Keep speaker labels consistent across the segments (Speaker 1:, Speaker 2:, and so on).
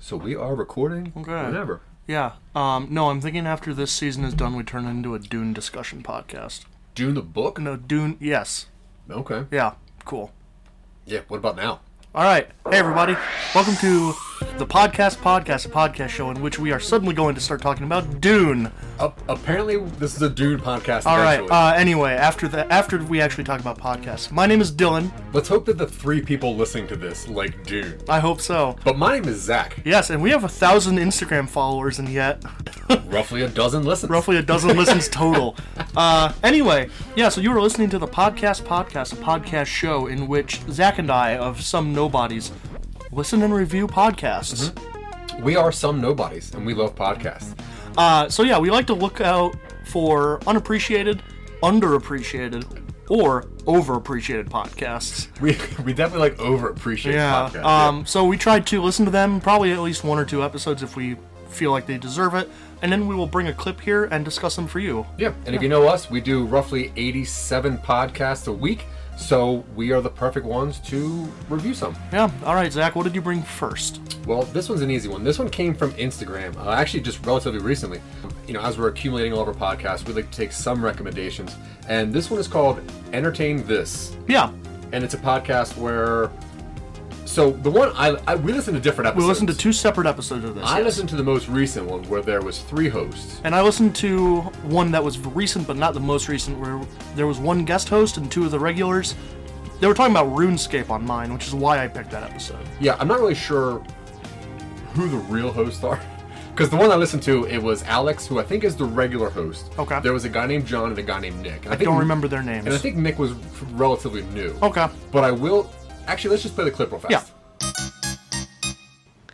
Speaker 1: So we are recording
Speaker 2: Okay.
Speaker 1: whenever.
Speaker 2: Yeah. Um, no, I'm thinking after this season is done, we turn it into a Dune discussion podcast.
Speaker 1: Doing the book?
Speaker 2: No, Dune. Yes.
Speaker 1: Okay.
Speaker 2: Yeah. Cool.
Speaker 1: Yeah, what about now?
Speaker 2: All right. Hey, everybody. Welcome to the podcast podcast, a podcast show in which we are suddenly going to start talking about Dune.
Speaker 1: Up, apparently, this is a Dune podcast.
Speaker 2: All right.
Speaker 1: eventually.
Speaker 2: Uh, anyway, after the after we actually talk about podcasts, my name is Dylan.
Speaker 1: Let's hope that the three people listening to this like Dune.
Speaker 2: I hope so.
Speaker 1: But my name is Zach.
Speaker 2: Yes, and we have a thousand Instagram followers, and yet
Speaker 1: Roughly a dozen listens.
Speaker 2: roughly a dozen listens total. Uh, anyway, yeah, so you were listening to the podcast podcast, a podcast show in which Zach and I, of some nobodies, listen and review podcasts.
Speaker 1: We are some nobodies, and we love podcasts.
Speaker 2: Uh, so yeah, we like to look out for unappreciated, underappreciated, or overappreciated podcasts.
Speaker 1: We we definitely like overappreciate
Speaker 2: Yeah.
Speaker 1: podcasts.
Speaker 2: Um, so we try to listen to them, probably at least one or two episodes if we feel like they deserve it, and then we will bring a clip here and discuss them for you.
Speaker 1: yeah. And if you know us, we do roughly 87 podcasts a week. So we are the perfect ones to review some.
Speaker 2: Yeah. All right, Zach, what did you bring first?
Speaker 1: Well, this one's an easy one. This one came from Instagram, uh, actually just relatively recently. You know, as we're accumulating all of our podcasts, we like to take some recommendations, and this one is called "Entertain This,"
Speaker 2: Yeah.
Speaker 1: and it's a podcast where. So the one I, I we listened to different
Speaker 2: We
Speaker 1: episodes.
Speaker 2: listened to two separate episodes of this.
Speaker 1: I
Speaker 2: yes.
Speaker 1: listened to the most recent one where there was three hosts.
Speaker 2: and I listened to one that was recent, but not the most recent, where there was one guest host and two of the regulars. They were talking about RuneScape on mine, which is why I picked that episode.
Speaker 1: Yeah, I'm not really sure who the real hosts are. Because the one I listened to, it was Alex, who I think is the regular host.
Speaker 2: Okay.
Speaker 1: There was a guy named John and a guy named Nick. And I, think,
Speaker 2: Don't remember their
Speaker 1: Hmm. And I
Speaker 2: names.
Speaker 1: think Nick was relatively new.
Speaker 2: Okay.
Speaker 1: But I will. Actually, let's just play the clip real fast.
Speaker 2: Yeah.
Speaker 3: Uh,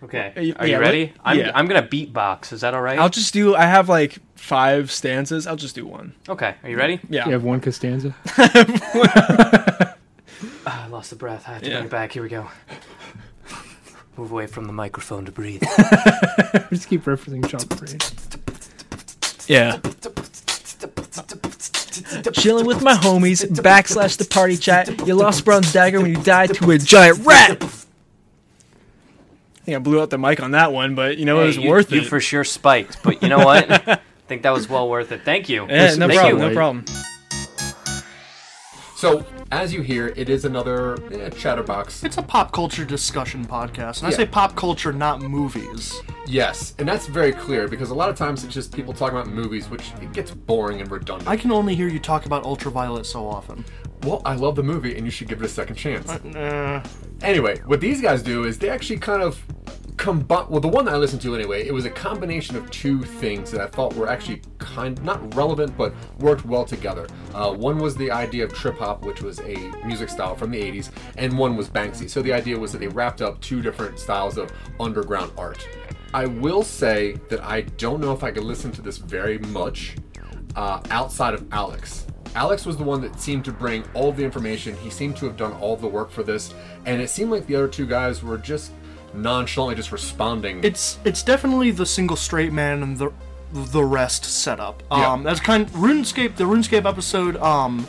Speaker 4: Okay.
Speaker 3: y-
Speaker 4: Are
Speaker 3: yeah,
Speaker 4: you ready?
Speaker 3: let-
Speaker 4: I'm,
Speaker 3: yeah.
Speaker 4: I'm gonna beatbox. Is that all right?
Speaker 3: I'll just do. I have like five stanzas. I'll just do one.
Speaker 4: okay. Are you ready?
Speaker 3: Yeah.
Speaker 5: You have one Costanza.
Speaker 4: I lost the breath. I have to
Speaker 3: Yeah.
Speaker 4: bring it back. Here we go. Move away from the microphone to breathe.
Speaker 5: We just keep referencing John Parade.
Speaker 3: Yeah. Chilling with my homies. Backslash the party chat. You lost Brown's dagger when you died to a giant rat. I think I blew out the mic on that one, but you know it was
Speaker 4: you,
Speaker 3: worth
Speaker 4: you
Speaker 3: it.
Speaker 4: for sure spiked, but you know what? I think that was well worth it. Thank you.
Speaker 3: yeah, no
Speaker 4: Thank
Speaker 3: problem.
Speaker 4: you.
Speaker 3: No problem.
Speaker 1: So, as you hear, it is another eh, chatterbox.
Speaker 2: It's a pop culture discussion podcast, and I
Speaker 1: Yeah.
Speaker 2: say pop culture, not movies.
Speaker 1: Yes, and that's very clear because a lot of times it's just people talking about movies, which it gets boring and redundant.
Speaker 2: I can only hear you talk about Ultraviolet so often.
Speaker 1: well, I love the movie, and you should give it a second chance.
Speaker 2: Uh,
Speaker 1: Anyway, what these guys do is they actually kind of combine. Well, the one that I listened to anyway, it was a combination of two things that I thought were actually kind not relevant, but worked well together. Uh, one was the idea of trip hop, which was a music style from the 80s, and one was Banksy. So the idea was that they wrapped up two different styles of underground art. I will say that I don't know if I could listen to this very much uh, outside of Alex. Alex was the one that seemed to bring all the information. He seemed to have done all the work for this, and it seemed like the other two guys were just nonchalantly just responding.
Speaker 2: it's it's definitely the single straight man and the the rest setup.
Speaker 1: Yeah.
Speaker 2: Um, that's kind RuneScape. The RuneScape episode. Um,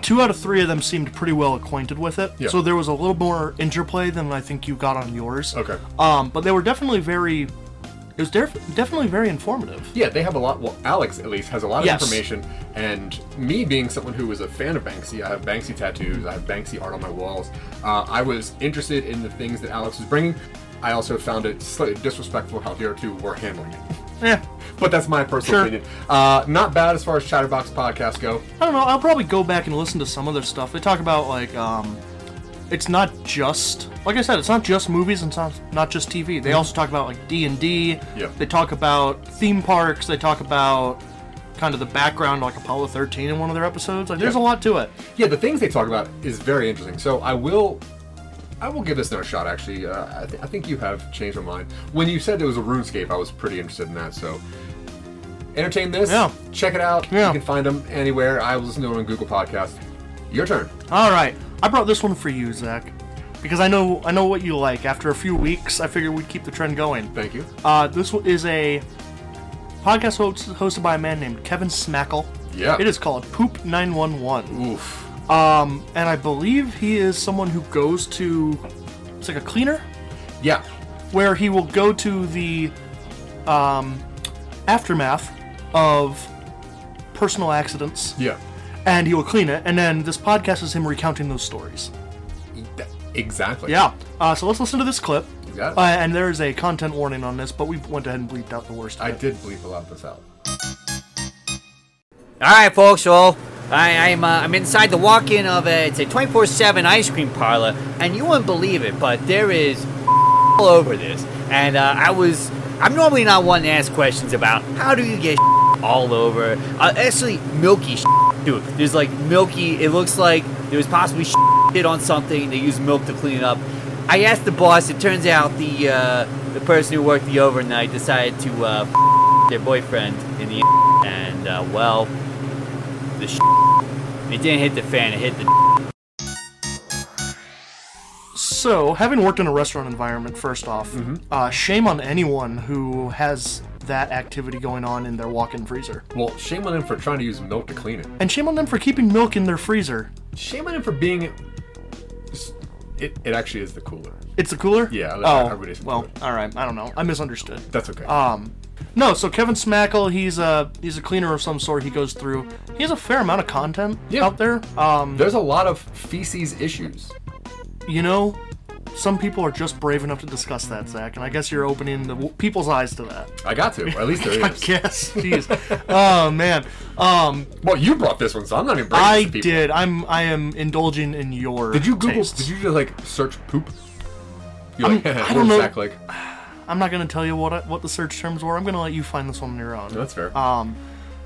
Speaker 2: two out of three of them seemed pretty well acquainted with it.
Speaker 1: Yeah.
Speaker 2: So there was a little more interplay than I think you got on yours.
Speaker 1: okay.
Speaker 2: Um, but they were definitely very. It was def- definitely very informative.
Speaker 1: Yeah, they have a lot. Well, Alex at least has a lot of
Speaker 2: Yes.
Speaker 1: information, and me being someone who was a fan of Banksy, I have Banksy tattoos, I have Banksy art on my walls. Uh, I was interested in the things that Alex was bringing. I also found it slightly disrespectful how the other two were handling it.
Speaker 2: Yeah.
Speaker 1: But that's my personal
Speaker 2: Sure.
Speaker 1: opinion. Uh, not bad as far as Chatterbox podcasts go.
Speaker 2: I don't know. I'll probably go back and listen to some of their stuff. They talk about like um, it's not just like I said, it's not just movies and it's not not just TV. They also talk about like D and D.
Speaker 1: Mm-hmm. Yeah.
Speaker 2: They talk about theme parks. They talk about kind of the background like Apollo 13 in one of their episodes. Like there's
Speaker 1: Yeah.
Speaker 2: a lot to it.
Speaker 1: yeah the things they talk about is very interesting so i will i will give this another shot actually uh, I, th- I think you have changed my mind when you said there was a runescape i was pretty interested in that so entertain this
Speaker 2: Yeah.
Speaker 1: check it out
Speaker 2: Yeah.
Speaker 1: you can find them anywhere i was listening to it on google podcast your turn
Speaker 2: All right, I brought this one for you, Zach, because I know I know what you like. After a few weeks, I figured we'd keep the trend going.
Speaker 1: thank you
Speaker 2: Uh, this one is a podcast host, hosted by a man named Kevin Smackle.
Speaker 1: Yeah.
Speaker 2: It is called Poop 911.
Speaker 1: oof
Speaker 2: Um, and I believe he is someone who goes to. It's like a cleaner?
Speaker 1: yeah
Speaker 2: where he will go to the um, aftermath of personal accidents
Speaker 1: Yeah.
Speaker 2: and he will clean it. And then this podcast is him recounting those stories.
Speaker 1: That- exactly.
Speaker 2: Yeah. Uh, so let's listen to this clip.
Speaker 1: You got it.
Speaker 2: Uh, and there is a content warning on this, but we went ahead and bleeped out the worst. of
Speaker 1: I
Speaker 2: it.
Speaker 1: did bleep a lot of this out.
Speaker 6: All right, folks. Well, I, I'm uh, I'm inside the walk-in of a it's a 24/7 ice cream parlor, and you wouldn't believe it, but there is all over this. And uh, I was I'm normally not one to ask questions about how do you get all over. Uh, actually, milky too. There's like milky. It looks like there was possibly shit on something. They use milk to clean it up. I asked the boss. It turns out the uh, the person who worked the overnight decided to uh, their boyfriend in the and uh, well the sh- It didn't hit the fan, it hit the
Speaker 2: So, having worked in a restaurant environment, first off,
Speaker 1: Mm-hmm.
Speaker 2: uh, shame on anyone who has that activity going on in their walk-in freezer,
Speaker 1: Well, shame on him for trying to use milk to clean it.
Speaker 2: and shame on them for keeping milk in their freezer.
Speaker 1: Shame on him for being. It, it actually is the cooler.
Speaker 2: It's the cooler.
Speaker 1: Yeah, I- I-
Speaker 2: Oh,
Speaker 1: I really-
Speaker 2: well, all right. I don't know. I misunderstood.
Speaker 1: That's okay.
Speaker 2: Um, no. So Kevin Smackle, he's a he's a cleaner of some sort. He goes through. He has a fair amount of content
Speaker 1: Yeah.
Speaker 2: out there. Um,
Speaker 1: There's a lot of feces issues.
Speaker 2: you know, some people are just brave enough to discuss that, Zach, and I guess you're opening the w- people's eyes to that.
Speaker 1: I got to. Or at least there
Speaker 2: I
Speaker 1: is.
Speaker 2: guess. Jeez. oh man. Um,
Speaker 1: Well, you brought this one, so I'm not even. bringing
Speaker 2: I
Speaker 1: this to people.
Speaker 2: did. I'm. I am indulging in your.
Speaker 1: Did you Google?
Speaker 2: tastes.
Speaker 1: Did you just like search poop? You're like,
Speaker 2: I'm- I
Speaker 1: what
Speaker 2: don't
Speaker 1: was
Speaker 2: know.
Speaker 1: Zach like?
Speaker 2: I'm not gonna tell you what I, what the search terms were. I'm gonna let you find this one on your own.
Speaker 1: That's fair.
Speaker 2: Um,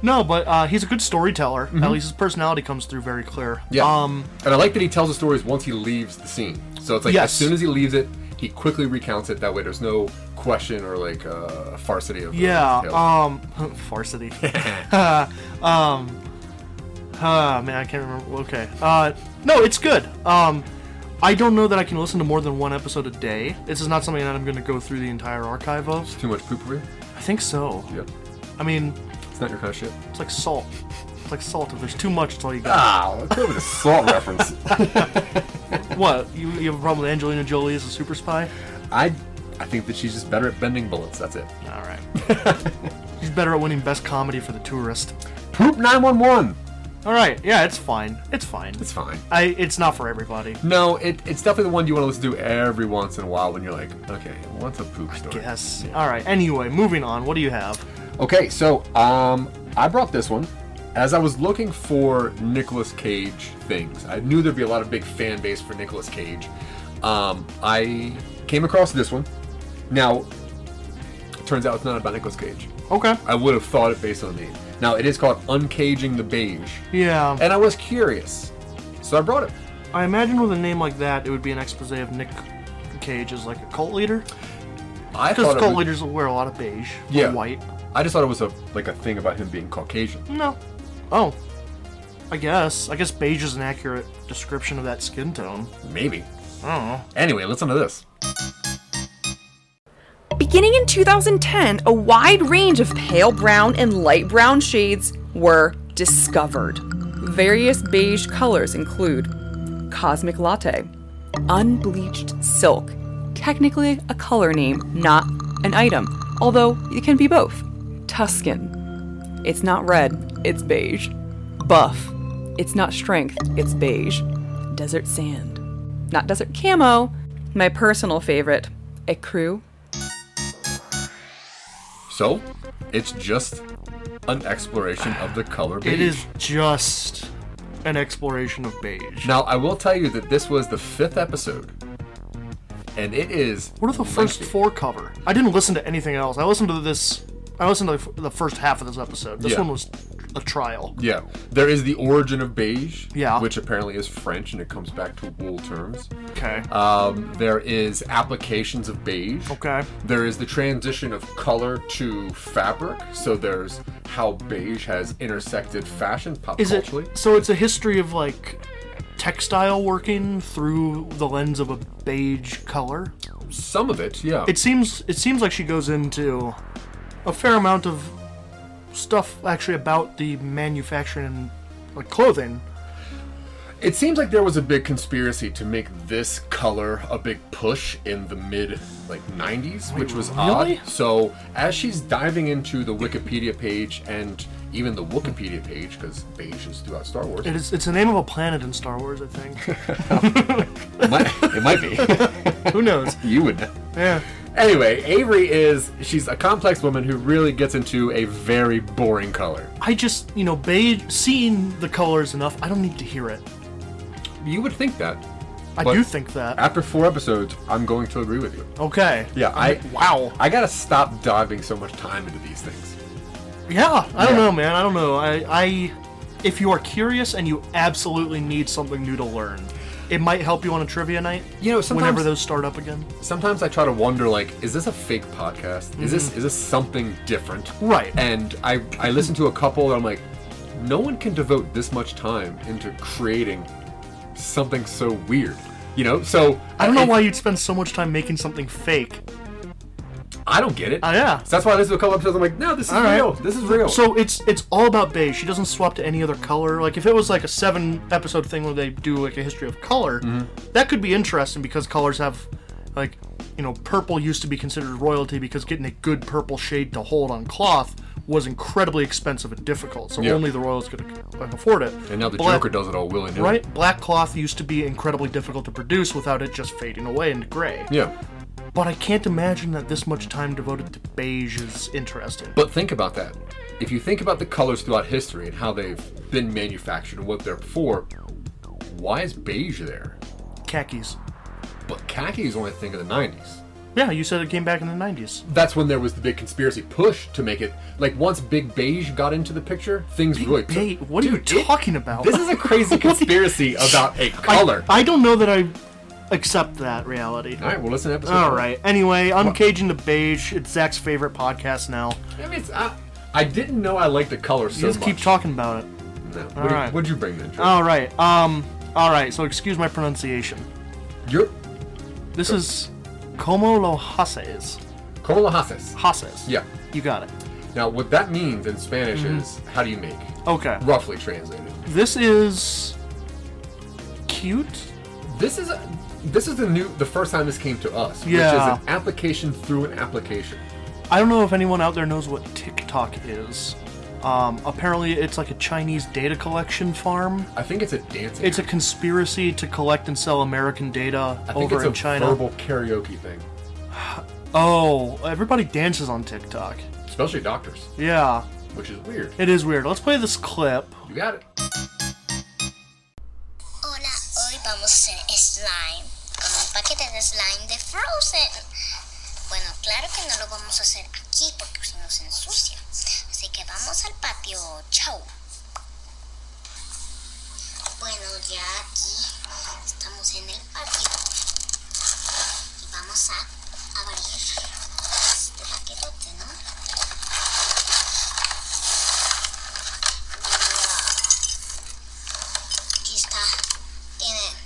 Speaker 2: no, but uh, he's a good storyteller. At least his personality comes through very clear.
Speaker 1: Mm-hmm. yeah.
Speaker 2: Um,
Speaker 1: and I like that he tells the stories once he leaves the scene. So it's like
Speaker 2: Yes.
Speaker 1: as soon as he leaves it, he quickly recounts it. That way, there's no question or like uh, farcity of. the
Speaker 2: yeah.
Speaker 1: tale.
Speaker 2: Um, farcity. um, ah, man, I can't remember. Okay. Uh, no, it's good. Um, I don't know that I can listen to more than one episode a day. This is not something that I'm gonna go through the entire archive of.
Speaker 1: Too much poop for you.
Speaker 2: I think so.
Speaker 1: Yeah.
Speaker 2: I mean,
Speaker 1: It's not your kind of shit.
Speaker 2: it's like salt. It's like salt. If there's too much, it's all you got.
Speaker 1: Ah, let's go with a salt reference.
Speaker 2: What? You, you have a problem with Angelina Jolie as a super spy?
Speaker 1: I, I think that she's just better at bending bullets. That's it.
Speaker 2: All right. She's better at winning best comedy for the tourist.
Speaker 1: Poop nine one one.
Speaker 2: All right. Yeah, it's fine. It's fine.
Speaker 1: It's fine.
Speaker 2: I. It's not for everybody.
Speaker 1: No, it, it's definitely the one you want to listen to every once in a while when you're like, okay, what's a poop story?
Speaker 2: Yes. All right. Anyway, moving on. What do you have?
Speaker 1: Okay, so um, I brought this one as I was looking for Nicolas Cage things. I knew there'd be a lot of big fan base for Nicolas Cage. Um, I came across this one. Now, turns out it's not about Nicolas Cage.
Speaker 2: Okay.
Speaker 1: I would have thought it based on the name. Now, it is called Uncaging the Beige,
Speaker 2: Yeah.
Speaker 1: and I was curious, so I brought it.
Speaker 2: I imagine with a name like that, it would be an expose of Nick Cage as like a cult leader.
Speaker 1: I
Speaker 2: Because
Speaker 1: thought it
Speaker 2: cult
Speaker 1: was,
Speaker 2: leaders wear a lot of beige. or
Speaker 1: Yeah.
Speaker 2: White.
Speaker 1: I just thought it was a like a thing about him being Caucasian.
Speaker 2: No. Oh. I guess. I guess beige is an accurate description of that skin tone.
Speaker 1: Maybe.
Speaker 2: I don't know.
Speaker 1: Anyway, listen to this.
Speaker 7: Beginning in 2010, a wide range of pale brown and light brown shades were discovered. Various beige colors include cosmic latte, unbleached silk, technically a color name, not an item, although it can be both. Tuscan, it's not red, it's beige. Buff, it's not strength, it's beige. Desert sand, not desert camo. My personal favorite, ecru
Speaker 1: So, it's just an exploration of the color beige.
Speaker 2: It is just an exploration of beige.
Speaker 1: Now, I will tell you that this was the fifth episode, and it is.
Speaker 2: what are the first
Speaker 1: lengthy.
Speaker 2: four cover? I didn't listen to anything else. I listened to this. I listened to the f- the first half of this episode. This
Speaker 1: Yeah.
Speaker 2: one was a trial.
Speaker 1: Yeah, there is the origin of beige,
Speaker 2: Yeah.
Speaker 1: which apparently is French, and it comes back to wool terms.
Speaker 2: Okay.
Speaker 1: Um, there is applications of beige.
Speaker 2: Okay.
Speaker 1: There is the transition of color to fabric. So there's how beige has intersected fashion pop
Speaker 2: Is it
Speaker 1: culturally.
Speaker 2: so? It's a history of like textile working through the lens of a beige color.
Speaker 1: Some of it, yeah.
Speaker 2: It seems. It seems like she goes into a fair amount of stuff actually about the manufacturing and like clothing
Speaker 1: It seems like there was a big conspiracy to make this color a big push in the mid like 90s, which was
Speaker 2: really?
Speaker 1: odd. So as she's diving into the Wikipedia page and even the Wikipedia page, because beige is throughout Star Wars,
Speaker 2: It is, it's the name of a planet in Star Wars, I think.
Speaker 1: it might, it might be.
Speaker 2: Who knows?
Speaker 1: you would know.
Speaker 2: Yeah.
Speaker 1: Anyway, Avery is she's a complex woman who really gets into a very boring color.
Speaker 2: I just, you know, beige, seeing the color is enough. I don't need to hear it.
Speaker 1: You would think that.
Speaker 2: I
Speaker 1: But-
Speaker 2: do think that.
Speaker 1: After four episodes, I'm going to agree with you.
Speaker 2: Okay.
Speaker 1: Yeah, I
Speaker 2: Wow.
Speaker 1: I gotta stop diving so much time into these things.
Speaker 2: Yeah, I don't
Speaker 1: Yeah.
Speaker 2: know, man. I don't know. I, I, if you are curious and you absolutely need something new to learn, it might help you on a trivia night.
Speaker 1: You know,
Speaker 2: whenever
Speaker 1: sometimes-
Speaker 2: those start up again.
Speaker 1: Sometimes I try to wonder like, is this a fake podcast? Is this is this something different?
Speaker 2: Mm-hmm. Right.
Speaker 1: And I I listen to a couple and I'm like, no one can devote this much time into creating something so weird. You know, so
Speaker 2: I don't know
Speaker 1: if-
Speaker 2: why you'd spend so much time making something fake.
Speaker 1: I don't get it.
Speaker 2: Oh, yeah.
Speaker 1: So that's why I listen to a couple episodes. I'm like, no, this is
Speaker 2: All right.
Speaker 1: real. This is real.
Speaker 2: So it's it's all about beige. She doesn't swap to any other color. Like if it was like a seven episode thing where they do like a history of color,
Speaker 1: Mm-hmm.
Speaker 2: that could be interesting because colors have like you know purple used to be considered royalty because getting a good purple shade to hold on cloth was incredibly expensive and difficult. So
Speaker 1: Yeah.
Speaker 2: only the royals could uh, afford it.
Speaker 1: and now the
Speaker 2: Black-
Speaker 1: Joker does it all willy nilly.
Speaker 2: Right, black cloth used to be incredibly difficult to produce without it just fading away into gray.
Speaker 1: Yeah.
Speaker 2: But I can't imagine that this much time devoted to beige is interesting.
Speaker 1: But think about that. If you think about the colors throughout history and how they've been manufactured and what they're for, why is beige there?
Speaker 2: Khakis.
Speaker 1: But khaki is only a thing of the 90s.
Speaker 2: Yeah, you said it came back in the 90s.
Speaker 1: That's when there was the big conspiracy push to make it. Like, once Big Beige got into the picture, things really. took-
Speaker 2: Hey, what are you
Speaker 1: Dude, it-
Speaker 2: talking about?
Speaker 1: This is a crazy conspiracy about a
Speaker 2: I-
Speaker 1: color.
Speaker 2: I, don't know that I accept that reality.
Speaker 1: All right, well, listen to episode.
Speaker 2: All
Speaker 1: four.
Speaker 2: right. Anyway, I'm Cajun the Beige. It's Zach's favorite podcast now.
Speaker 1: I mean, it's, I, I didn't know I liked the color so
Speaker 2: Just
Speaker 1: much.
Speaker 2: keep talking about it.
Speaker 1: No. What
Speaker 2: All
Speaker 1: did,
Speaker 2: right.
Speaker 1: What'd you bring then? Drew?
Speaker 2: All right. Um. All right. So excuse my pronunciation.
Speaker 1: You're
Speaker 2: This is como lo haces.
Speaker 1: Colahases.
Speaker 2: Haces.
Speaker 1: Yeah.
Speaker 2: You got it.
Speaker 1: Now, what that means in Spanish
Speaker 2: Mm-hmm.
Speaker 1: is how do you make?
Speaker 2: Okay.
Speaker 1: Roughly translated.
Speaker 2: This is cute.
Speaker 1: This is this is the new the first time this came to us,
Speaker 2: Yeah.
Speaker 1: which is an application through an application.
Speaker 2: I don't know if anyone out there knows what TikTok is. Um, apparently, it's like a Chinese data collection farm.
Speaker 1: I think it's a dancing.
Speaker 2: It's a conspiracy to collect and sell American data
Speaker 1: I think
Speaker 2: over
Speaker 1: it's
Speaker 2: in
Speaker 1: a
Speaker 2: China.
Speaker 1: verbal karaoke thing,
Speaker 2: Oh, everybody dances on TikTok.
Speaker 1: especially doctors,
Speaker 2: Yeah,
Speaker 1: which is weird.
Speaker 2: it is weird. Let's play this clip.
Speaker 1: You got it.
Speaker 8: Hola, hoy vamos a hacer slime con un paquete de slime de Frozen. Bueno, claro que no lo vamos a hacer aquí porque si no se ensucia. Así que vamos al patio. Chau. Bueno, ya aquí estamos en el patio. Y vamos a abrir este paquetote, ¿no? Aquí está. Tiene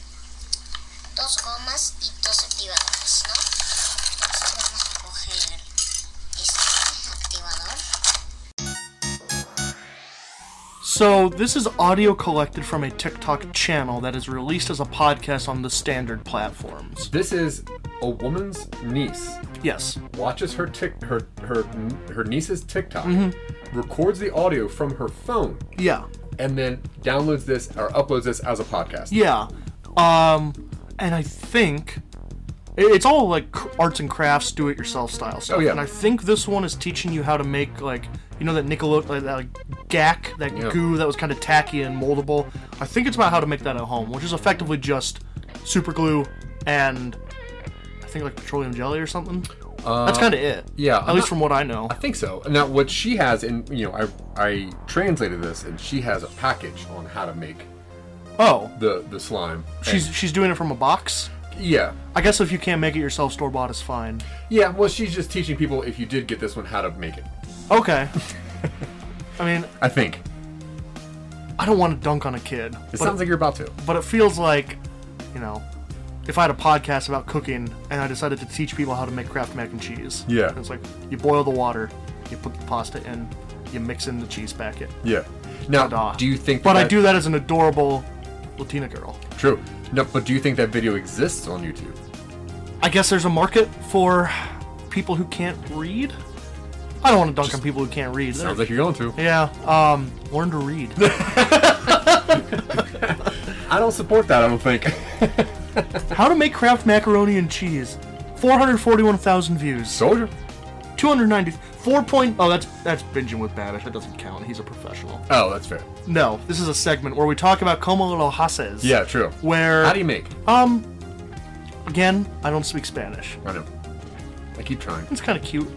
Speaker 8: dos gomas y dos activadores, ¿no? Entonces vamos a coger este activador.
Speaker 2: So, this is audio collected from a TikTok channel that is released as a podcast on the standard platforms.
Speaker 1: This is a woman's niece
Speaker 2: Yes.
Speaker 1: watches her tick her her her niece's TikTok,
Speaker 2: Mm-hmm.
Speaker 1: records the audio from her phone,
Speaker 2: Yeah.
Speaker 1: and then downloads this or uploads this as a podcast.
Speaker 2: Yeah. Um, and I think it- it's all like cr- arts and crafts, do-it-yourself style stuff.
Speaker 1: Oh, yeah.
Speaker 2: And I think this one is teaching you how to make like you know that Nickelode like, that like, gack that
Speaker 1: Yeah.
Speaker 2: goo that was kind of tacky and moldable. I think it's about how to make that at home, which is effectively just super glue and I think like petroleum jelly or something. That's kind of it.
Speaker 1: Uh, yeah,
Speaker 2: At
Speaker 1: I'm
Speaker 2: least
Speaker 1: not-
Speaker 2: from what I know.
Speaker 1: I think so. Now, what she has, in you know, I I translated this, and she has a package on how to make
Speaker 2: Oh,
Speaker 1: the the slime.
Speaker 2: she's she's doing it from a box.
Speaker 1: And- yeah,
Speaker 2: I guess if you can't make it yourself, store bought is fine.
Speaker 1: yeah. Well, she's just teaching people if you did get this one how to make it.
Speaker 2: Okay. I mean,
Speaker 1: I think
Speaker 2: I don't want to dunk on a kid,
Speaker 1: it
Speaker 2: but,
Speaker 1: sounds like you're about to.
Speaker 2: but it feels like, you know, if I had a podcast about cooking and I decided to teach people how to make Kraft mac and cheese.
Speaker 1: Yeah.
Speaker 2: And it's like you boil the water, you put the pasta in, you mix in the cheese packet.
Speaker 1: Yeah. Now,
Speaker 2: Ta-da.
Speaker 1: do you think?
Speaker 2: But I do that as an adorable Latina girl.
Speaker 1: True. No, but do you think that video exists on YouTube?
Speaker 2: I guess there's a market for people who can't read. I don't want to dunk on people who can't read.
Speaker 1: Sounds like you're going to.
Speaker 2: yeah, um, learn to read.
Speaker 1: I don't support that. I don't think.
Speaker 2: How to make Kraft macaroni and cheese. 441,000 views.
Speaker 1: Soldier.
Speaker 2: 290. 4 point. Oh, that's that's binging with Babish. That doesn't count. He's a professional.
Speaker 1: Oh, that's fair.
Speaker 2: No, this is a segment where we talk about como lo haces.
Speaker 1: Yeah, true.
Speaker 2: Where
Speaker 1: How do you make?
Speaker 2: um, again, I don't speak Spanish.
Speaker 1: I know. I keep trying.
Speaker 2: It's kind of cute.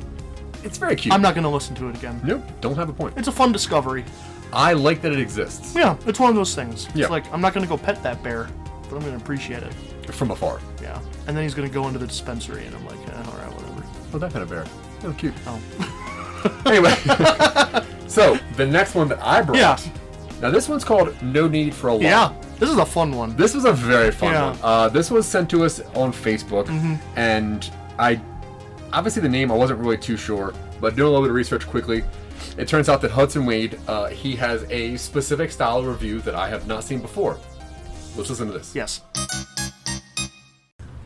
Speaker 1: It's very cute.
Speaker 2: I'm not gonna listen to it again.
Speaker 1: Nope. Don't have a point.
Speaker 2: It's a fun discovery.
Speaker 1: I like that it exists
Speaker 2: Yeah, it's one of those things.
Speaker 1: Yeah.
Speaker 2: It's like I'm not gonna go pet that bear, but I'm gonna appreciate it.
Speaker 1: from afar.
Speaker 2: Yeah. And then he's gonna go into the dispensary, and I'm like, eh, all right, whatever.
Speaker 1: Oh, that kind of bear. Oh, cute.
Speaker 2: Oh.
Speaker 1: anyway, so the next one that I brought.
Speaker 2: Yeah.
Speaker 1: Now this one's called "No Need for a Lot."
Speaker 2: Yeah. This is a fun one.
Speaker 1: This was a very fun
Speaker 2: Yeah. Mm-hmm.
Speaker 1: one. Uh, this was sent to us on Facebook, and I obviously the name I wasn't really too sure, but doing a little bit of research quickly, it turns out that Hudson Wade uh, he has a specific style of review that I have not seen before. Let's listen to this.
Speaker 2: Yes.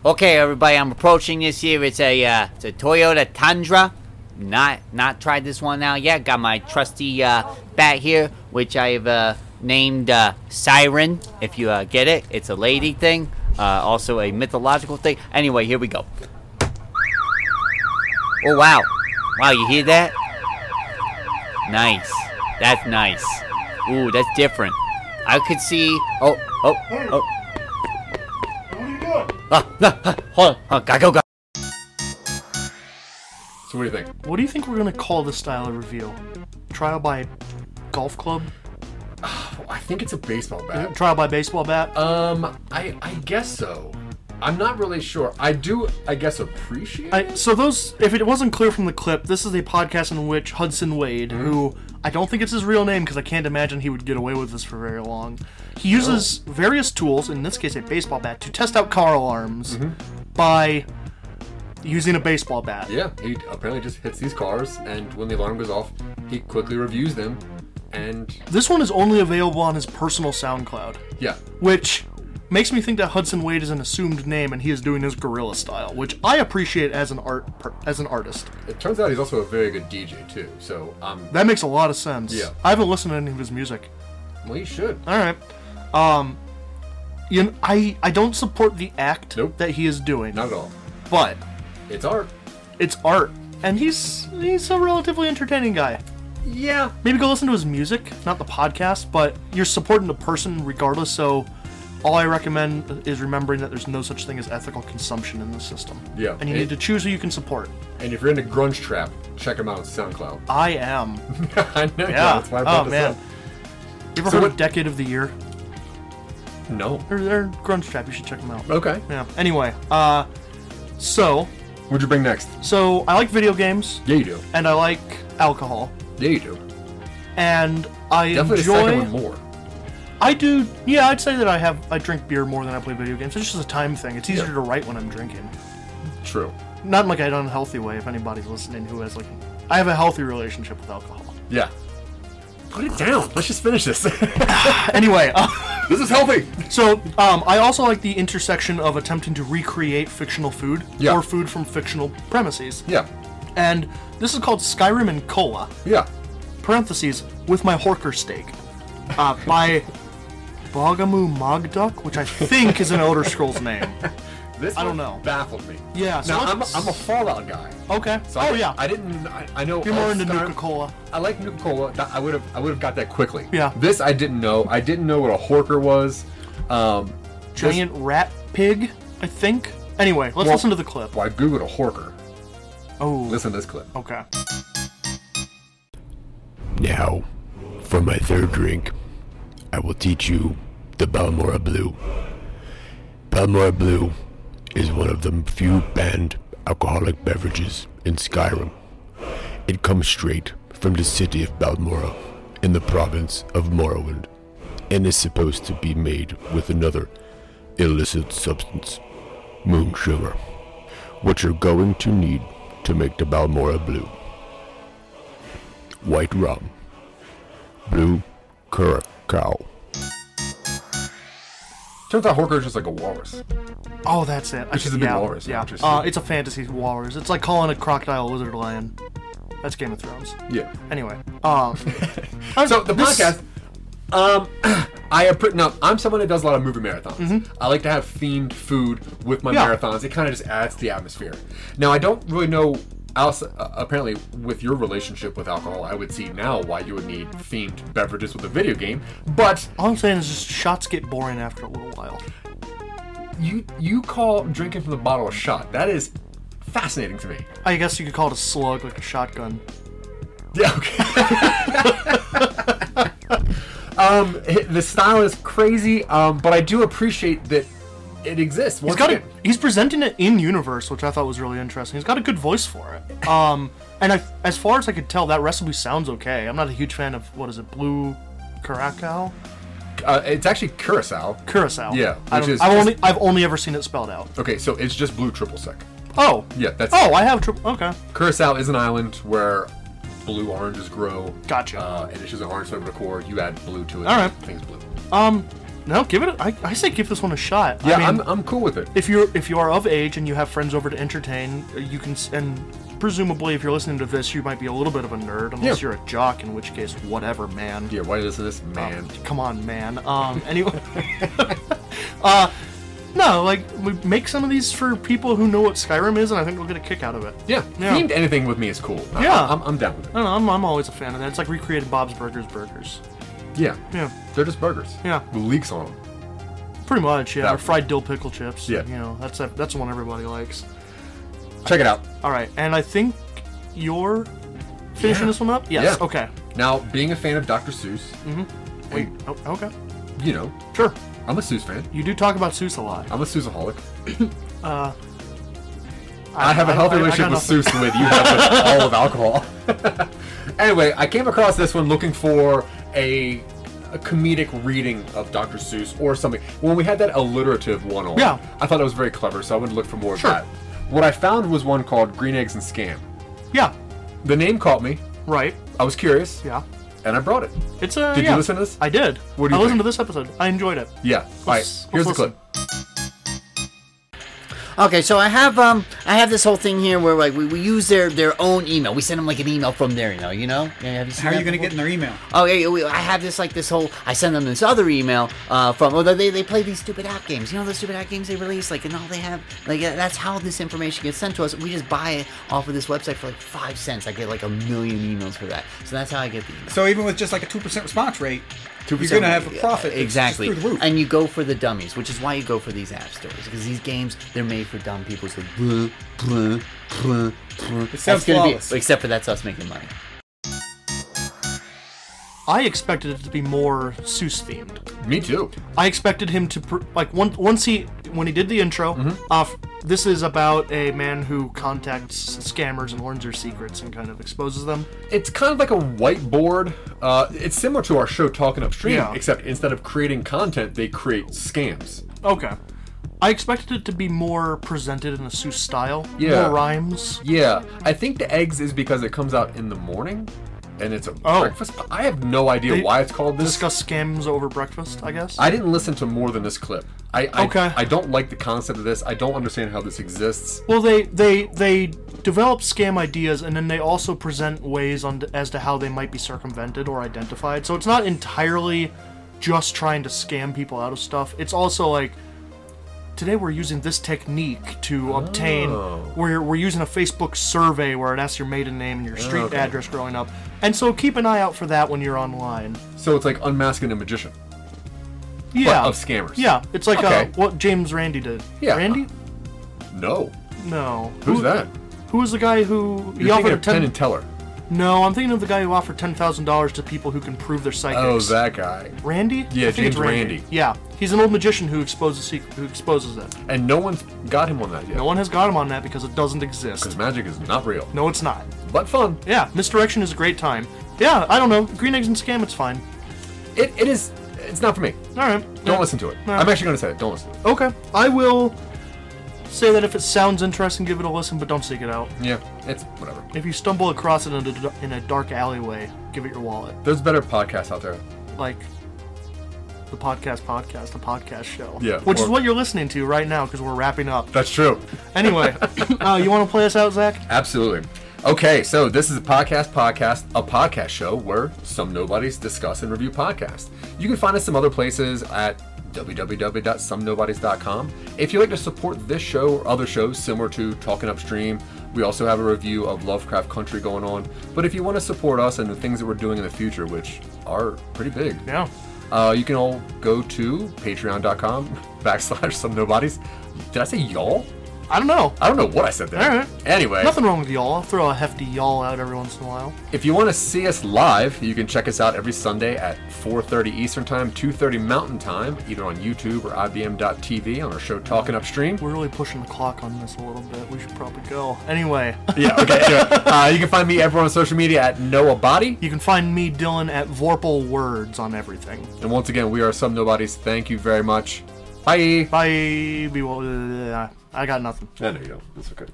Speaker 6: Okay, everybody, I'm approaching this here. It's a uh, it's a Toyota Tundra. Not not tried this one out yet. Got my trusty uh, bat here, which I've uh, named uh, Siren. If you uh, get it, it's a lady thing. Uh, also a mythological thing. Anyway, here we go. Oh wow, wow! You hear that? Nice. That's nice. Ooh, that's different. I could see. Oh oh oh. Ah, ah, ah, hold on. Oh, gotta go. Gotta.
Speaker 1: So what do you think?
Speaker 2: What do you think we're gonna call this style of review? Trial by golf club?
Speaker 1: Oh, I think it's a baseball bat.
Speaker 2: Trial by baseball bat?
Speaker 1: Um, I I guess so. I'm not really sure. I do, I guess, appreciate.
Speaker 2: I, so those, if it wasn't clear from the clip, this is a podcast in which Hudson Wade,
Speaker 1: Mm-hmm.
Speaker 2: who I don't think it's his real name because I can't imagine he would get away with this for very long, he uses various tools, in this case a baseball bat, to test out car alarms
Speaker 1: Mm-hmm.
Speaker 2: by using a baseball bat.
Speaker 1: Yeah, he apparently just hits these cars, and when the alarm goes off, he quickly reviews them, and
Speaker 2: This one is only available on his personal SoundCloud,
Speaker 1: yeah,
Speaker 2: which makes me think that Hudson Wade is an assumed name and he is doing his guerrilla style, which I appreciate as an art per, as an artist.
Speaker 1: it turns out he's also a very good DJ too. So, um,
Speaker 2: That makes a lot of sense.
Speaker 1: Yeah.
Speaker 2: I haven't listened to any of his music.
Speaker 1: well, he should.
Speaker 2: All right. Um, you know, I I don't support the act
Speaker 1: Nope.
Speaker 2: that he is doing,
Speaker 1: Not at all.
Speaker 2: but
Speaker 1: It's art.
Speaker 2: it's art, and he's he's a relatively entertaining guy.
Speaker 1: Yeah.
Speaker 2: Maybe go listen to his music, not the podcast, but you're supporting the person regardless. So, all I recommend is remembering that there's no such thing as ethical consumption in the system.
Speaker 1: Yeah,
Speaker 2: and you
Speaker 1: it-
Speaker 2: need to choose who you can support.
Speaker 1: And if you're into grunge trap, check him out on SoundCloud.
Speaker 2: I am.
Speaker 1: I know. Yeah.
Speaker 2: Yeah.
Speaker 1: That's why I brought
Speaker 2: oh
Speaker 1: this
Speaker 2: man.
Speaker 1: up.
Speaker 2: You ever
Speaker 1: So
Speaker 2: heard
Speaker 1: what-
Speaker 2: of Decade of the Year?
Speaker 1: No.
Speaker 2: They're, they're grunge trap. You should check them out.
Speaker 1: Okay.
Speaker 2: Yeah. Anyway, uh, so
Speaker 1: What'd you bring next?
Speaker 2: So I like video games
Speaker 1: Yeah, you do.
Speaker 2: and I like alcohol
Speaker 1: Yeah, you do.
Speaker 2: and I
Speaker 1: Definitely the second one
Speaker 2: enjoy.
Speaker 1: more.
Speaker 2: I do. Yeah, I'd say that I have. I drink beer more than I play video games. It's just a time thing. It's easier
Speaker 1: Yeah.
Speaker 2: to write when I'm drinking.
Speaker 1: True.
Speaker 2: Not in like an unhealthy way. If anybody's listening who has like, I have a healthy relationship with alcohol.
Speaker 1: Yeah. Put it down. Let's just finish this. this
Speaker 2: Anyway, uh,
Speaker 1: is healthy.
Speaker 2: so um, I also like the intersection of attempting to recreate fictional food
Speaker 1: Yeah.
Speaker 2: or food from fictional premises.
Speaker 1: Yeah.
Speaker 2: And this is called Skyrim and Cola.
Speaker 1: Yeah.
Speaker 2: parentheses with my horker steak uh, by Bogamu Mogduk, which I think is an Elder Scrolls name.
Speaker 1: This
Speaker 2: I
Speaker 1: one
Speaker 2: don't know.
Speaker 1: Baffled me.
Speaker 2: Yeah, so
Speaker 1: Now I'm,
Speaker 2: let's-
Speaker 1: I'm a Fallout guy.
Speaker 2: Okay.
Speaker 1: So
Speaker 2: oh
Speaker 1: I,
Speaker 2: yeah.
Speaker 1: I didn't. I, I know.
Speaker 2: You're more
Speaker 1: of
Speaker 2: into
Speaker 1: Skyrim.
Speaker 2: Nuka Cola.
Speaker 1: I like Nuka Cola. That- I would have. I would have got that quickly.
Speaker 2: Yeah.
Speaker 1: This I didn't know. I didn't know what a horker was. Um,
Speaker 2: Giant rat pig, I think. Anyway, let's
Speaker 1: Well-
Speaker 2: listen to the clip.
Speaker 1: well, I googled a horker.
Speaker 2: Oh.
Speaker 1: Listen to this clip.
Speaker 2: Okay.
Speaker 9: Now, for my third drink, I will teach you the Balmora Blue. Balmora Blue is one of the few banned alcoholic beverages in Skyrim. It comes straight from the city of Balmora in the province of Morrowind and is supposed to be made with another illicit substance, moon sugar, which you're going to need to make the Balmora Blue. White rum, blue curacao.
Speaker 1: Turns out Horker's just like a walrus.
Speaker 2: Oh, that's it.
Speaker 1: Which is a big walrus,
Speaker 2: Yeah,
Speaker 1: interesting.
Speaker 2: uh, it's a fantasy walrus. It's like calling a crocodile a lizard lion. That's Game of Thrones.
Speaker 1: Yeah.
Speaker 2: Anyway, um,
Speaker 1: So the podcast. Um, I have written up. I'm someone that does a lot of movie marathons. I like to have themed food with my
Speaker 2: Mm-hmm. Yeah.
Speaker 1: marathons. It kind of just adds to the atmosphere. Now I don't really know. Else, uh, apparently, with your relationship with alcohol, I would see now why you would need themed beverages with a video game. But
Speaker 2: all I'm saying is just shots get boring after a little while.
Speaker 1: you you call drinking from the bottle a shot. That is fascinating to me.
Speaker 2: I guess you could call it a slug, like a shotgun.
Speaker 1: Yeah. Okay. um, h- the style is crazy, um, but I do appreciate that it exists.
Speaker 2: He's
Speaker 1: Once
Speaker 2: got it.
Speaker 1: again-
Speaker 2: He's presenting it in universe, which I thought was really interesting. He's got a good voice for it. Um, and I, as far as I could tell, that recipe sounds okay. I'm not a huge fan of what is it, blue curacao,
Speaker 1: Uh, it's actually curacao.
Speaker 2: curacao.
Speaker 1: Yeah,
Speaker 2: I
Speaker 1: which
Speaker 2: don't,
Speaker 1: is
Speaker 2: I've
Speaker 1: just-
Speaker 2: only I've only ever seen it spelled out.
Speaker 1: Okay, so it's just blue triple sec.
Speaker 2: Oh,
Speaker 1: Yeah, that's
Speaker 2: Oh, I have triple. Okay,
Speaker 1: Curacao is an island where blue oranges grow.
Speaker 2: Gotcha.
Speaker 1: Uh, and it's just an orange flavor core. You add blue to it.
Speaker 2: All right.
Speaker 1: Things blue.
Speaker 2: no, give it. A, I, I say give this one a shot.
Speaker 1: Yeah,
Speaker 2: I mean,
Speaker 1: I'm, I'm cool with it.
Speaker 2: if you're if you are of age and you have friends over to entertain, you can s- and presumably if you're listening to this, you might be a little bit of a nerd, unless
Speaker 1: Yeah.
Speaker 2: you're a jock, in which case, whatever, man.
Speaker 1: Yeah, why is this man?
Speaker 2: Um, come on, man. Um, anyway, uh, no, like we make some of these for people who know what Skyrim is, and I think we'll get a kick out of it.
Speaker 1: yeah,
Speaker 2: yeah.
Speaker 1: themed anything with me is cool. I-
Speaker 2: Yeah.
Speaker 1: I, am I'm down with it.
Speaker 2: I don't know. I'm, I'm always a fan of that. It's like recreated Bob's Burgers burgers.
Speaker 1: Yeah.
Speaker 2: Yeah,
Speaker 1: They're just burgers.
Speaker 2: Yeah.
Speaker 1: With leeks on them.
Speaker 2: pretty much. Yeah,
Speaker 1: That-
Speaker 2: or fried dill pickle chips.
Speaker 1: Yeah.
Speaker 2: you know that's a, that's the one everybody likes.
Speaker 1: Check it out.
Speaker 2: All right, and I think you're finishing this one up. Yes.
Speaker 1: Yeah.
Speaker 2: Okay.
Speaker 1: Now, being a fan of Dr. Seuss,
Speaker 2: Mm. Wait. Oh, okay.
Speaker 1: you know,
Speaker 2: Sure.
Speaker 1: I'm a Seuss fan.
Speaker 2: You do talk about Seuss a lot.
Speaker 1: I'm a Seussaholic. I have a healthy
Speaker 2: I- I
Speaker 1: relationship
Speaker 2: got
Speaker 1: with
Speaker 2: nothing.
Speaker 1: Seuss the way that you have with all of alcohol. anyway, I came across this one looking for a, a comedic reading of Dr. Seuss or something. When we had that alliterative one on,
Speaker 2: Yeah.
Speaker 1: I thought it was very clever, so I would look for more
Speaker 2: Sure.
Speaker 1: of that. What I found was one called Green Eggs and Scam.
Speaker 2: Yeah.
Speaker 1: The name caught me.
Speaker 2: Right.
Speaker 1: I was curious,
Speaker 2: Yeah.
Speaker 1: and I brought it.
Speaker 2: It's a.
Speaker 1: Did you
Speaker 2: yeah.
Speaker 1: listen to this?
Speaker 2: I did.
Speaker 1: What do you
Speaker 2: I listened
Speaker 1: think?
Speaker 2: to this episode. I enjoyed it.
Speaker 1: Yeah. All
Speaker 2: Let's-
Speaker 1: right. Here's the
Speaker 2: let's
Speaker 1: clip.
Speaker 6: Okay, so I have um I have this whole thing here where like we, we use their their own email. We send them like an email from their email, you know. Yeah, have you seen
Speaker 10: How are
Speaker 6: that
Speaker 10: you going to
Speaker 6: before?
Speaker 10: get in their email?
Speaker 6: Oh yeah, yeah, we- I have this like this whole. I send them this other email uh, from. Oh, they they play these stupid app games. You know those stupid app games they release. Like and all they have. Like uh, that's how this information gets sent to us. We just buy it off of this website for like five cents. I get like a million emails for that. So that's how I get the email.
Speaker 10: So even with just like a two percent response rate, you you're going to have a profit that's just
Speaker 6: exactly.
Speaker 10: through the roof.
Speaker 6: And you go for the dummies, which is why you go for these app stores because these games they're made for dumb people. So bleh, bleh, bleh, bleh. That's
Speaker 10: sounds
Speaker 6: gonna be-
Speaker 10: flawless.
Speaker 6: Except for that's us making money.
Speaker 2: I expected it to be more Seuss themed.
Speaker 1: Me too.
Speaker 2: I expected him to pr- like one, once he when he did the intro.
Speaker 1: Mm-hmm.
Speaker 2: Uh, f- this is about a man who contacts scammers and learns their secrets and kind of exposes them.
Speaker 1: it's kind of like a whiteboard. Uh, it's similar to our show Talking Upstream,
Speaker 2: Yeah.
Speaker 1: except instead of creating content, they create scams.
Speaker 2: Okay. I expected it to be more presented in a Seuss style.
Speaker 1: Yeah.
Speaker 2: More rhymes.
Speaker 1: Yeah, I think the eggs is because it comes out in the morning, and it's a
Speaker 2: Oh.
Speaker 1: breakfast. po- I have no idea
Speaker 2: They
Speaker 1: why it's called this.
Speaker 2: Discuss scams over breakfast, I guess.
Speaker 1: I didn't listen to more than this clip. I, I
Speaker 2: Okay.
Speaker 1: I don't like the concept of this. I don't understand how this exists.
Speaker 2: Well, they they they develop scam ideas, and then they also present ways on as to how they might be circumvented or identified. So it's not entirely just trying to scam people out of stuff. It's also like today we're using this technique to obtain.
Speaker 1: Oh.
Speaker 2: We're we're using a Facebook survey where it asks your maiden name and your street
Speaker 1: Okay.
Speaker 2: address growing up, and so keep an eye out for that when you're online.
Speaker 1: So it's like unmasking a magician.
Speaker 2: Yeah.
Speaker 1: of scammers.
Speaker 2: Yeah, it's like uh,
Speaker 1: Okay.
Speaker 2: what James Randy did.
Speaker 1: Yeah.
Speaker 2: Randy?
Speaker 1: No,
Speaker 2: No.
Speaker 1: who's
Speaker 2: Who-
Speaker 1: that?
Speaker 2: Who was the guy who he
Speaker 1: You're thinking
Speaker 2: offered a
Speaker 1: of Penn
Speaker 2: ten?
Speaker 1: and Teller.
Speaker 2: No, I'm thinking of the guy who offered ten thousand dollars to people who can prove their psychics.
Speaker 1: Oh, that guy.
Speaker 2: Randy?
Speaker 1: Yeah,
Speaker 2: I think it's
Speaker 1: James Randi.
Speaker 2: Yeah, he's an old magician who exposes secret, who exposes it.
Speaker 1: And no one's got him on that yet.
Speaker 2: No one has got him on that because it doesn't
Speaker 1: Because
Speaker 2: exist.
Speaker 1: magic is not real,
Speaker 2: No, it's not.
Speaker 1: but fun.
Speaker 2: Yeah, misdirection is a great time. Yeah, I don't know. Green eggs and scam, it's fine.
Speaker 1: It, it is. It's not for me.
Speaker 2: All right.
Speaker 1: Don't
Speaker 2: Yeah.
Speaker 1: listen to it.
Speaker 2: No.
Speaker 1: I'm actually going to say it. Don't listen. To it.
Speaker 2: Okay, I will say that if it sounds interesting, give it a listen, but don't seek it out.
Speaker 1: Yeah, it's whatever.
Speaker 2: If you stumble across it in a, in a dark alleyway, give it your wallet.
Speaker 1: There's better podcasts out there.
Speaker 2: Like, the podcast podcast, the podcast show.
Speaker 1: Yeah,
Speaker 2: Which is
Speaker 1: or-
Speaker 2: what you're listening to right now because we're wrapping up.
Speaker 1: That's true.
Speaker 2: Anyway, uh, you want to play us out, Zach?
Speaker 1: Absolutely. Okay, so this is a podcast podcast, a podcast show where some nobodies discuss and review podcasts. You can find us some other places at www.somenobodies.com. If you'd like to support this show or other shows similar to Talking Upstream, we also have a review of Lovecraft Country going on. But if you want to support us and the things that we're doing in the future, which are pretty big,
Speaker 2: yeah,
Speaker 1: uh, you can all go to patreon.com backslash some nobodies. Did I say y'all?
Speaker 2: I don't know.
Speaker 1: I don't know what I said there.
Speaker 2: All right.
Speaker 1: Anyway,
Speaker 2: Nothing wrong with y'all. I'll throw a hefty y'all out every once in a while.
Speaker 1: If you want to see us live, you can check us out every Sunday at 4:30 Eastern Time, 2:30 Mountain Time, either on YouTube or IBM.tv on our show Talking Upstream.
Speaker 2: We're really pushing the clock on this a little bit. We should probably go. Anyway.
Speaker 1: Yeah, okay. anyway, uh, you can find me everywhere on social media at Noah Body.
Speaker 2: You can find me, Dylan, at Vorpal Words on everything.
Speaker 1: And once again, we are some nobodies. Thank you very much. Bye.
Speaker 2: Bye. Be well. uh, I got nothing.
Speaker 1: I know you don't. That's okay.